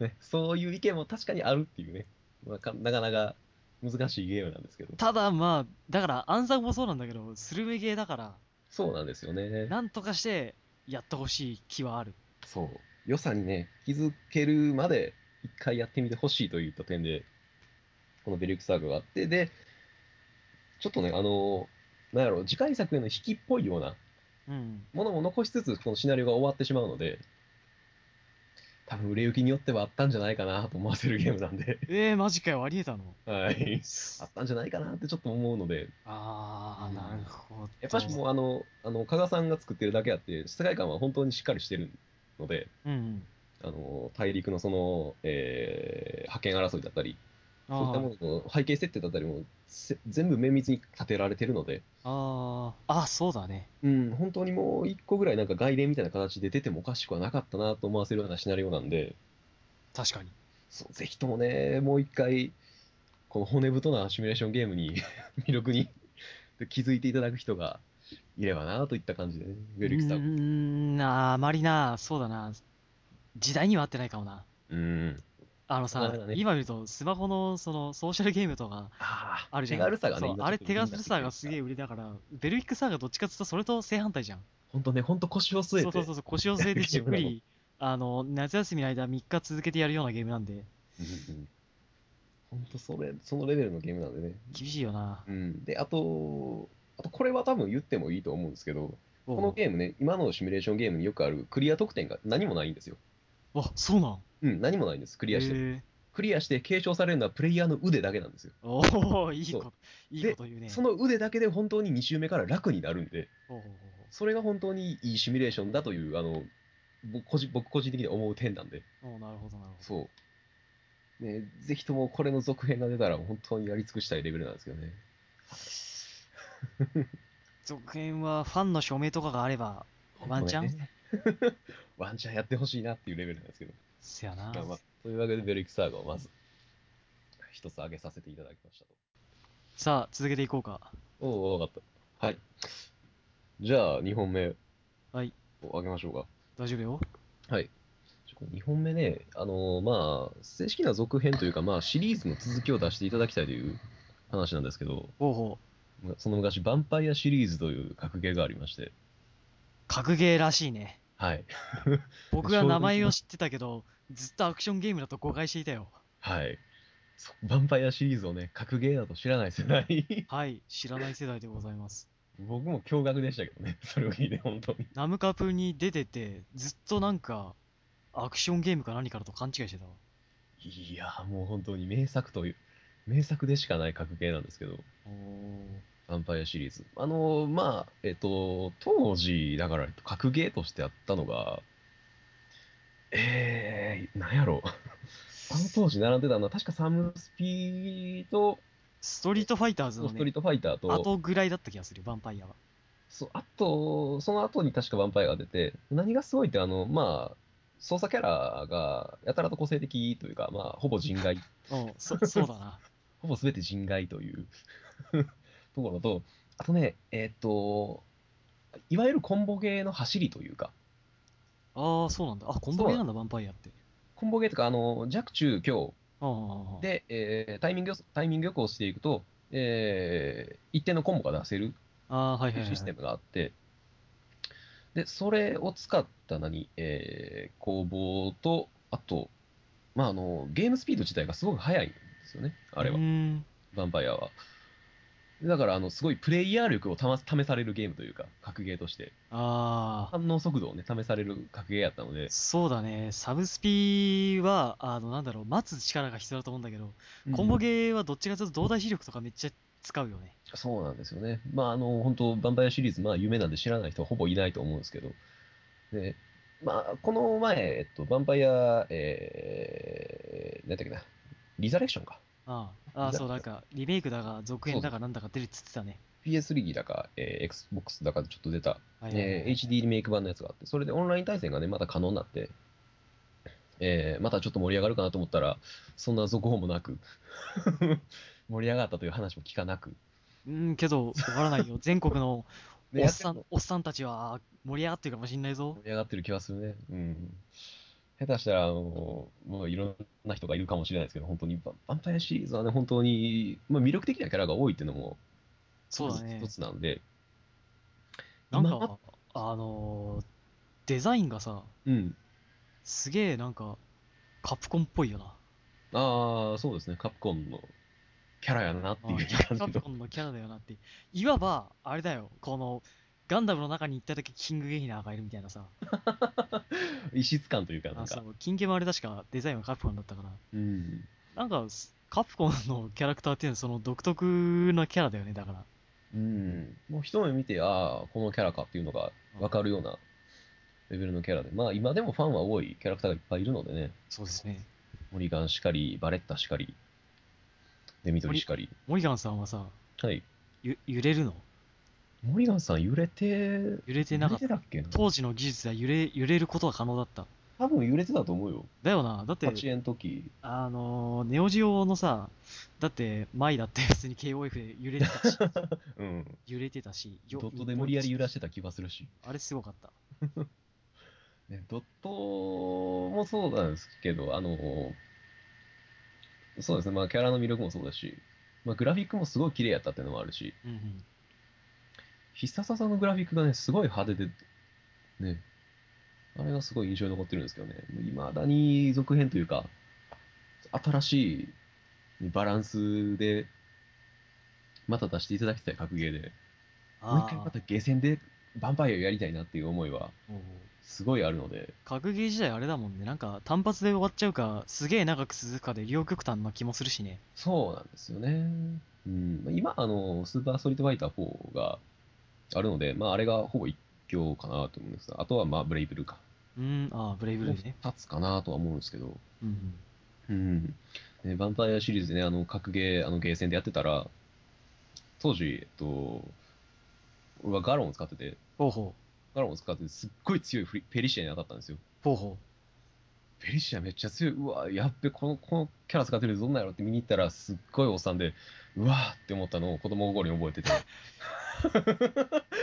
B: あね、そういう意見も確かにあるっていうね、まあかなかなか難しいゲームなんですけど、
A: ただまあ、だから暗殺もそうなんだけど、スルメゲーだから、
B: そうなんですよね。
A: なんとかしてやってほしい気はある。
B: そう。良さにね、気づけるまで一回やってみてほしいといった点で、このベルクサーグがあって、で、ちょっとね、あの、なんやろ、次回作への引きっぽいような
A: うん。
B: ものも残しつつ、このシナリオが終わってしまうので、多分売れ行きによってはあったんじゃないかなと思わせるゲームなんで、
A: えー、マジかよ、ありえたの
B: はい。あったんじゃないかなってちょっと思うので、
A: あー、なるほど。
B: やっぱしもうあの、あの、加賀さんが作ってるだけあって、世界観は本当にしっかりしてるので、
A: うんうん。
B: あの、大陸のその、えー、覇権争いだったり、
A: あ
B: そういった
A: ー
B: ものの背景設定だったりもせ全部綿密に立てられてるので、
A: あー、あ、そうだね。
B: うん、本当にもう一個ぐらいなんか外伝みたいな形で出てもおかしくはなかったなと思わせるようなシナリオなんで、
A: 確かに。
B: そうぜひともね、もう一回、この骨太なシミュレーションゲームに 魅力に気づいていただく人がいればなといった感じでね、ウェルキさ
A: うー
B: ん。
A: ん、あーあまりな、そうだな。時代には合ってないかもな。
B: うん。
A: あのさ
B: そうだ、ね
A: 今見ると、スマホの、その、ソーシャルゲームとか、
B: あ
A: あるじゃん。
B: 手軽さがね、
A: そう
B: 今
A: あれ
B: ちょっと
A: 手軽さがすげえ
B: え。
A: 売りだから、ベルウィックサーがどっちかっていうとそれと正反対じゃん。
B: 本当ね、本当腰を据えて。
A: そうそうそうそう、腰を据えてじっくり、あの、夏休みの間3日続けてやるようなゲームなんで、
B: 本当それ、そのレベルのゲームなんでね。
A: 厳しいよな。
B: うん。で、あと、あとこれは多分言ってもいいと思うんですけど、
A: お
B: このゲームね、今のシミュレーションゲームによくあるクリア得点が何もないんですよ。
A: あ、そうなん
B: うん、何もないんです。ク
A: ク
B: リアして。クリアして継承されるのはプレイヤーの腕だけなんですよ。
A: おーいい
B: そ
A: こと、いいこと言うね。
B: その腕だけで本当に2周目から楽になるんで、
A: ほうほうほ
B: それが本当にいいシミュレーションだという、あの、僕個人僕個人的に思う点なんで。
A: うほうおーなるほど、なるほど。
B: そう。ね、ぜひともこれの続編が出たら本当にやり尽くしたいレベルなんですけどね。
A: 続編はファンの署名とかがあれば、ワンチャン、
B: 本当ねワンチャンやってほしいなっていうレベルなんですけど。
A: せやな
B: ま。あまあ、というわけでベルクサーガをまず一つ挙げさせていただきましたと。
A: さあ、続けていこうか。
B: おお、わかった。はい。じゃあ、2本目
A: はい、
B: を挙げましょうか。
A: 大丈夫よ。
B: はい。2本目ね、あのーまあ、正式な続編というか、まあ、シリーズの続きを出していただきたいという話なんですけど、
A: ほうほう。
B: その昔、ヴァンパイアシリーズという格ゲーがありまして、
A: 格ゲーらしいね。
B: はい。
A: 僕は名前を知ってたけど、ずっとアクションゲームだと誤解していたよ。
B: はい。そヴァンパイアシリーズをね、格ゲーだと知らない世代。
A: はい、知らない世代でございます。
B: 僕も驚愕でしたけどね、それを聞いて、本当に。
A: ナムカプに出てて、ずっとなんか、アクションゲームか何かだと勘違いしてたわ。
B: いやー、もう本当に名作という、名作でしかない格ゲーなんですけど、ヴァンパイアシリーズ。あのーまあ、えっと、当時、だから、格ゲーとしてあったのが、えー、なんやろう。あの当時並んでたのは、確かサムスピと、
A: ストリートファイターズの
B: ストリ
A: ね
B: ー、トファイターと、
A: あとぐらいだった気がする、ヴァンパイアは。
B: そうあと、その後に確かヴァンパイアが出て、何がすごいって、あの、まあ、操作キャラがやたらと個性的というか、まあ、ほぼ人外、
A: うん、そそうだな。
B: ほぼ全て人外というとところと、あとね、えーっと、いわゆるコンボゲーの走りというか、
A: ああ、そうなんだ。あ、コンボゲーなんだ、ヴァンパイアって。
B: コンボゲーとか、あの、弱中強
A: ああ、、
B: で、えータイミングよ、タイミングよく押していくと、えー一定のコンボが出せる
A: ああー、はい
B: と
A: はいいうはい。
B: システムがあって、で、それを使った何、えー攻防と、あと、まあ、あの、ゲームスピード自体がすごく速いんですよね、あれは
A: うー。ん。
B: ヴァンパイアは。だから、あの、すごいプレイヤー力をたま試されるゲームというか、格ゲーとして、
A: ああ、
B: 反応速度をね、試される格ゲーやったので、
A: そうだね。サブスピは、あの、なんだろう、待つ力が必要だと思うんだけど、コンボゲーはどっちかというと動体視力とかめっちゃ使うよね。
B: うんそうなんですよね。まあ、あの、本当ヴァンパイアシリーズ、まあ、有名なんで知らない人はほぼいないと思うんですけど、で、まあ、この前、えっと、ヴァンパイア、えー、なんだっけな、リザレクションか。
A: ああ、ああ
B: だ
A: そう、なんか、リメイクだが、続編だが、なんだか出るっつってたね。
B: PS3 だか、えー Xbox だかでちょっと出た
A: はいはいはい
B: えー HD リメイク版のやつがあって、それでオンライン対戦がね、また可能になって、えーまたちょっと盛り上がるかなと思ったら、そんな続報もなく、 盛り上がったという話も聞かなく、
A: うん、けど、終わら ないよ。全国の
B: ね
A: お
B: や
A: っ
B: って
A: さ
B: る
A: ん、おっさんたちは盛り上がってるかもしんないぞ
B: 盛。り上がってる気がするね。うん。下手したら、あのもういろんな人がいるかもしれないですけど、本当に、ヴァンパイアシリーズはね、本当に、まあ、魅力的なキャラが多いっていうのも、
A: そうだね
B: 一。つなんで、
A: なん
B: 今
A: か、あのー、デザインがさ、
B: うん。
A: すげえなんか、カプコンっぽいよな。
B: ああ、そうですね、カプコンのキャラやなっていう
A: あ
B: 感
A: カプ
B: じの
A: コ。ンのキャラだよなって。いわば、あれだよ、この、ガンダムの中に行った時キングゲヒナーがいるみたいなさ。
B: 異質感というか、なん
A: あそ
B: か。
A: う、金ゲもあれ確かデザインはカプコンだったから。
B: うん。
A: なんか、すカプコンのキャラクターっていうのはその独特なキャラだよね、だから。
B: うん。もう一目見て、ああ、このキャラかっていうのが分かるようなレベルのキャラで。まあ今でもファンは多いキャラクターがいっぱいいるのでね。
A: そうですね。
B: モリガンしかり、バレッタしかり、デミトリしかり。
A: モリガンさんはさ、
B: はい。
A: ゆ揺れるの
B: モリガンさん揺れて、
A: 揺れてなかった
B: 揺れてたっけな
A: 当時の技術では揺れ揺れることは可能だった。
B: 多分揺れてたと思うよ。
A: だよな、だって、
B: 立ち絵の時。
A: あのーネオジオのさ、だって、前だって普通に KOF で揺れて たし、
B: うん。
A: 揺れてたし、
B: ド
A: よ
B: ットで無理やり揺らしてた気がするし。
A: あれすごかった。
B: ね、ドットもそうなんですけど、あの、そうですね、まあキャラの魅力もそうだし、まあグラフィックもすごい綺麗やったっていうのもあるし、
A: うんうん。
B: 必殺技のグラフィックがね、すごい派手で、ね、あれがすごい印象に残ってるんですけどね、いまだに続編というか、新しいバランスで、また出していただきたい格ゲーで、もう一回
A: あ
B: またゲーセンでヴァンパイアをやりたいなっていう思いは、
A: あ、もう
B: すごいあるので、
A: 格ゲー時代あれだもんね、なんか単発で終わっちゃうか、すげえ長く続くかで両極端な気もするしね。
B: そうなんですよね。うん、今、あの、スーパーストリートファイター4があるので、まあ、あれがほぼ一強かなと思うんですが、あとは、まあ、ブレイブルーか。
A: うーん、ああ、ブレイブルーね。
B: 二つかなとは思うんですけど、
A: うんうん。
B: うん。ねヴァンパイアシリーズでね、あの、格ゲー、あの、ゲーセンでやってたら、当時、えっと、俺はガロンを使ってて、
A: ほうほう、
B: ガロンを使っててすっごい強いフリペリシアに当たったんですよ。
A: ほうほ
B: ペリシアめっちゃ強い、うわ、やっべ、この、このキャラ使ってるどんなんやろって見に行ったら、すっごいおっさんで、うわーって思ったのを子供心に覚えてて。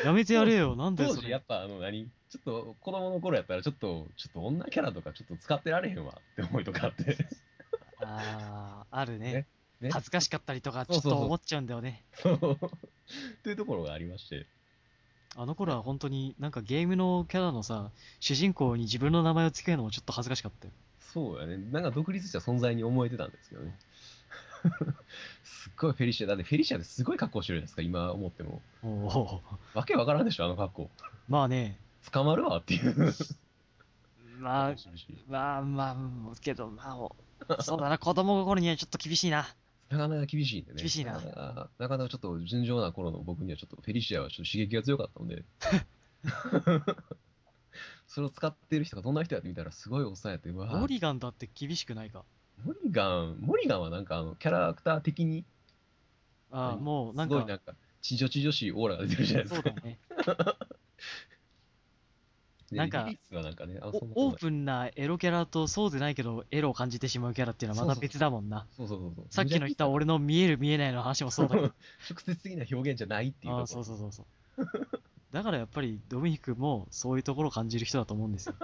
A: う。やめてやれよ、なんだよ
B: 当
A: そ
B: 時や
A: れ
B: っ。ぱあの何ちょっと子供の頃やったらちょっとちょっと女キャラとかちょっと使ってられへんわって思いとかあって
A: ああ、あるね
B: ねね
A: 恥ずかしかったりとか、ちょ
B: そう
A: っ
B: そうそう
A: と思っちゃうんだよね。
B: そうというところがありまして
A: あの頃は本当になんかゲームのキャラのさ、主人公に自分の名前を付けるのもちょっと恥ずかしかったよ。
B: そうやねなんか独立した存在に思えてたんですけどね すっごいフェリシアだってフェリシアってすごい格好してるじゃないですか今思っても
A: おお。
B: わけわからんでしょあの格好
A: まあね、
B: 捕まるわっていう
A: まあ
B: 格好、してるし
A: まあまあ、けど、まあお、そうだな、子供心にはちょっと厳しいな。
B: なかなか厳しいんでね。
A: 厳しいな
B: なかかなかなかちょっと純情な頃の僕にはちょっとフェリシアはちょっと刺激が強かった ので。それを使ってる人がどんな人やってみたらすごいおっさんやって、うわぁ
A: モリガンだって厳しくないか。
B: モリガン、モリガンはなんかあのキャラクター的に、
A: ああ、
B: 何
A: もうなん
B: すごい
A: か、
B: なんか、ちじょちじょしいオーラが出てるじゃないで
A: そ
B: す
A: う
B: か
A: だ。ね。なんか
B: リリースはなんかね、あそんなこと
A: おオ
B: な
A: ー
B: い
A: プンなエロキャラとそうでないけどエロを感じてしまうキャラっていうのはまた別だもんな。
B: そうそうそうそう。
A: さっきの言った俺の見える見えないの話もそうだ けど。
B: 直接的な表現じゃないっていう
A: ああー、
B: とこ
A: そうそうそうそう。 だからやっぱりドミニクもそういうところを感じる人だと思うん ですよ。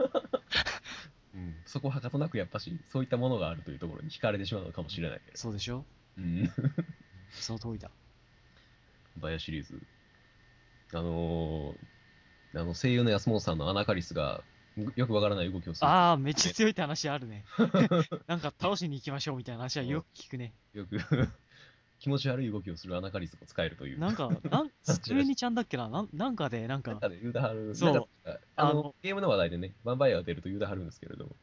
B: うんそこはかとなくやっぱしそういったものがあるというところに惹かれてしまうのかもしれないけど、
A: そうでしょ
B: うん、
A: その通りだ。
B: バイアシリーズあのーあの声優の安本さんのアナカリスがよくわからない動きをする
A: ああ、めっちゃ強いって話ある ね。なんか倒しに行きましょうみたいな話はよく聞くね。
B: よく 気持ち悪い動きをするアナカリスを使えるという
A: なんか、 なん、スクエニちゃんだっけななんなんかで、なん
B: なん
A: か、
B: かで言うてはる
A: そう
B: なんかあの
A: あの
B: ゲームの話題でねヴァンパイアが出ると言うてはるんですけれども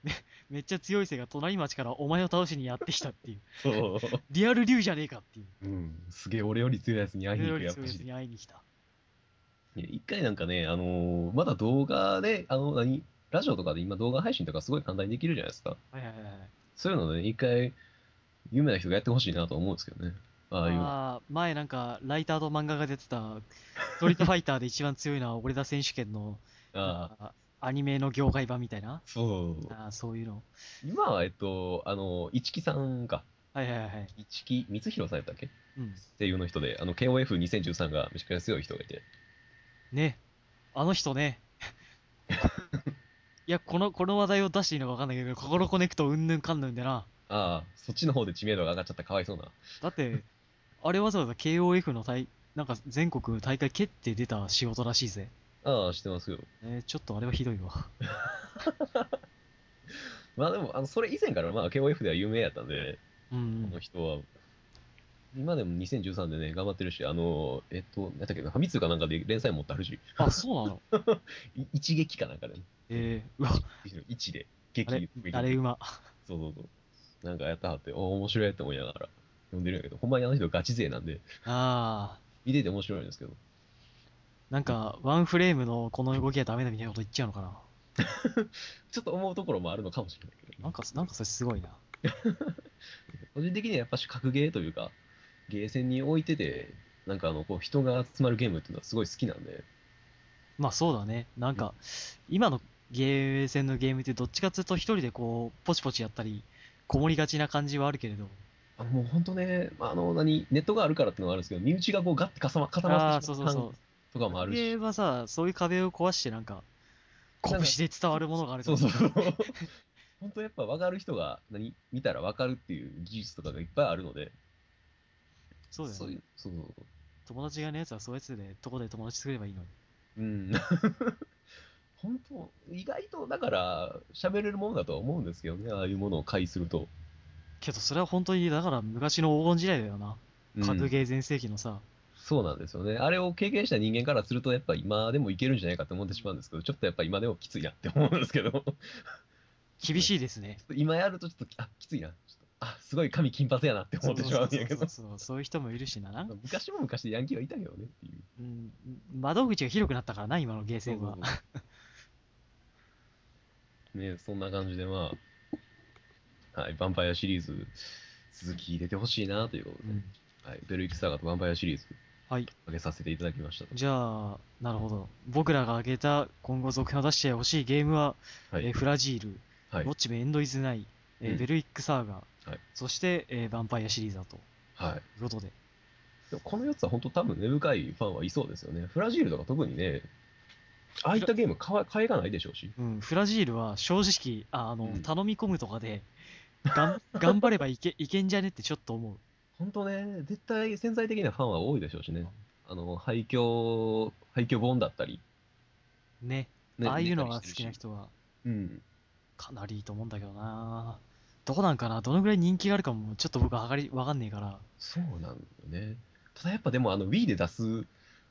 A: めっちゃ強い勢が隣町からお前を倒しにやってきたっていう。
B: そう、
A: リアル竜じゃねえかっていう。
B: うん、すげえ俺より強いやつに会いに行く
A: リア
B: や
A: ル
B: っぱ
A: 竜
B: し
A: に会いに来た。
B: ね一回なんかね、あのーまだ動画で、あの、何、ラジオとかで今動画配信とかすごい簡単にできるじゃないですか。
A: はいはいはいはい。
B: そういうので、ね、一回、有名な人がやってほしいなと思うんですけどね。ああいうの。
A: ああー、前なんか、ライターと漫画が出てた、ストリートファイターで一番強いのは俺だ選手権の、
B: ああ、
A: なんかアニメの業界版みたいな。
B: そう。
A: あーそういうの。
B: 今は、えっと、あの、一木さんか。
A: はいはいはいはい。
B: 一木光弘さんやったっけっ
A: うん。
B: ていうの人で、あの、KOF2013 がめちゃくちゃ強い人がいて。
A: ね。あの人 ね。いや、この、この話題を出していいのか分かんないけど、心コネクトうんぬんかんぬんでな。
B: ああ、そっちの方で知名度が上がっちゃったかわいそうな。
A: だって、あれわざわざ KOF の大、なんか全国大会決定出た仕事らしいぜ。
B: ああ、知ってますよ。
A: えーちょっとあれはひどいわ。
B: まあでも、あの、それ以前から、まあ、KOF では有名やったんで、
A: うんうん
B: この。人は、今でも2013でね、頑張ってるし、あの、えっと、なんだっけな、ファミ通かなんかで連載持ってあるし、
A: あ、そうなの
B: い一撃かなんかで、ね、
A: えー、うわ、
B: 一で、撃
A: あ れ、あれ馬。
B: そうそうそう。なんかやったはって、お面白いって思いながら読んでるんやけど、ほんまにあの人ガチ勢なんで、
A: ああ。
B: 見てて面白いんですけど、
A: なんか、ワンフレームのこの動きはダメだみたいなこと言っちゃうのかな。
B: ちょっと思うところもあるのかもしれないけど、
A: なんか、なんかそれすごいな。
B: 個人的にはやっぱし格ゲーというか、ゲーセンに置いてて、なんかあの、こう人が集まるゲームっていうのはすごい好きなんで、
A: まあそうだね。なんか、今のゲーセンのゲームってどっちかっていうと一人でこう、ポチポチやったり、こもりがちな感じはあるけれど。
B: あのもう本当ね、まあ、あの、何、ネットがあるからってのはあるんですけど、身内がこうガッて固ま固
A: あ
B: ま
A: あ、
B: ってし
A: そう
B: ま
A: そうう
B: 感
A: そう。
B: とかもある
A: ゲ
B: し
A: ー。はさ、そういう壁を壊してなんか、拳で伝わるものがあるか
B: そ
A: ら
B: うそうそう。本当やっぱ分かる人が何見たら分かるっていう技術とかがいっぱいあるので、
A: そうだよ
B: い
A: ね。
B: う、そうそうそう
A: 友達がいないやつはそういうやつで、とこで友達作ればいいのに。
B: うん。 本当、意外とだから喋れるものだとは思うんですけどね、ああいうものを介すると。
A: けどそれは本当に、だから昔の黄金時代だよな。
B: うん
A: 格ゲー全盛期のさ、
B: そうなんですよね。あれを経験した人間からすると、やっぱ今でもいけるんじゃないかって思ってしまうんですけど、ちょっとやっぱ今でもきついなって思うんですけど。
A: 厳しいですね。
B: 今やるとちょっと、あ、きついな。ちょっとあ、すごい髪金髪やなって思ってしまうんや
A: そう。そ
B: けど
A: うそうそうそういう人もいるしな。なんか、
B: 昔も昔でヤンキーはいたけどねっていう。
A: うん、窓口が広くなったからな、今のゲーセンは。
B: ねそんな感じでまあ、はい、ヴァンパイアシリーズ、続き入れてほしいなということで、
A: うん
B: はい、ベルイクサガとヴァンパイアシリーズ、
A: はい。
B: 上げさせていただきましたと。
A: じゃあ、なるほど。僕らが挙げた今後続編を出してほしいゲームは、
B: はい
A: えー、フラジール、
B: はい
A: ウォッ。チメンエンドイズナイ、えー
B: うん
A: ベルイックサーガ、
B: はい
A: そして、えー、ヴァンパイアシリーズだとい
B: はい。
A: うことで。
B: でもこの4つは本当多分根深いファンはいそうですよね。フラジールとか特にね、ああいったゲーム買わ買えがないでしょうし。
A: うん、フラジールは正直、ああの、
B: うん
A: 頼み込むとかで、がん頑張ればいけいけんじゃねってちょっと思う。
B: 本当ね、絶対潜在的なファンは多いでしょうしね。あの、廃墟、廃墟本だったり。
A: ね。
B: ね
A: ああいうのが
B: 見
A: 好
B: たりして
A: き
B: る
A: な
B: し
A: 人は
B: うん。
A: かなりいいと思うんだけどなどうなんかなどのぐらい人気があるかもちょっと僕はがりわかんねえから。
B: そうなんだよね。ただやっぱでもあの Wii で出す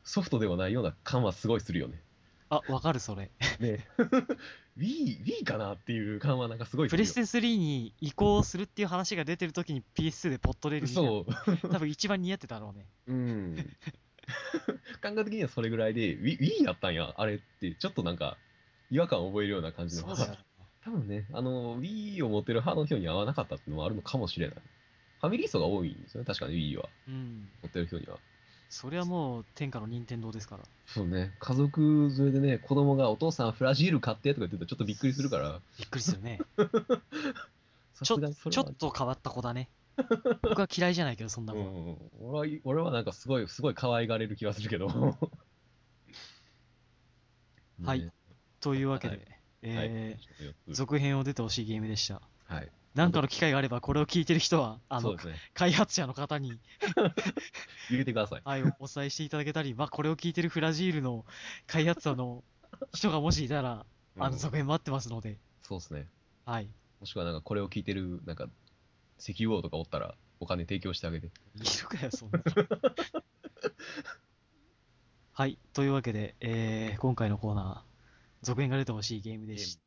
B: ソフトではないような感はすごいするよね。
A: あ、わかるそれ。
B: ね Wii、Wii かなっていう感はなんかすごいす
A: プ
B: る
A: レ
B: よ
A: ステ3に移行するっていう話が出てる時に PS2 でポットレールみたいな
B: そ
A: 多分一番似合ってたろうね。
B: う。うん。 感覚的にはそれぐらいで Wii, Wii だったんや、あれってちょっとなんか違和感を覚えるような感じの。
A: そうだよ。
B: 多分ね、あの Wii を持ってる派の人に合わなかったっていうのもあるのかもしれない。ファミリー層が多いんですよね、確かに Wii は。
A: うん。
B: 持ってる人には。
A: それはもう天下の任天堂ですから。
B: そうね、家族連れでね、子供がお父さんフラジール買ってとか言ってたらちょっとびっくりするから、
A: びっくりするね。
B: さ
A: ちょ
B: すがにそれ
A: ちょ
B: は
A: っと変わった子だね。僕は嫌いじゃないけど、そんな
B: う
A: 子。
B: んうんうん俺は、俺はなんかすごい、すごい可愛がれる気がす るけど。
A: はい
B: ね
A: というわけで、
B: はい
A: えー
B: はい、
A: 続編を出てほしいゲームでした。
B: はい。
A: なんかの機会があれば、これを聞いてる人は、あ
B: そう
A: の
B: で、すね。
A: 開発者の方に、
B: 入れてください。
A: はい、お伝えしていただけたり、まあ、これを聞いてるフラジールの開発者の人がもしいたら、あ
B: う
A: の、
B: ん
A: 続編待ってますので、
B: そうですね。
A: はい。
B: もしくはなんかこれを聞いてる、なんか、石油王とかおったら、お金提供してあげて。
A: いるかよ、そんな。はい、というわけで、えー今回のコーナー、続編が出てほしいゲームでした。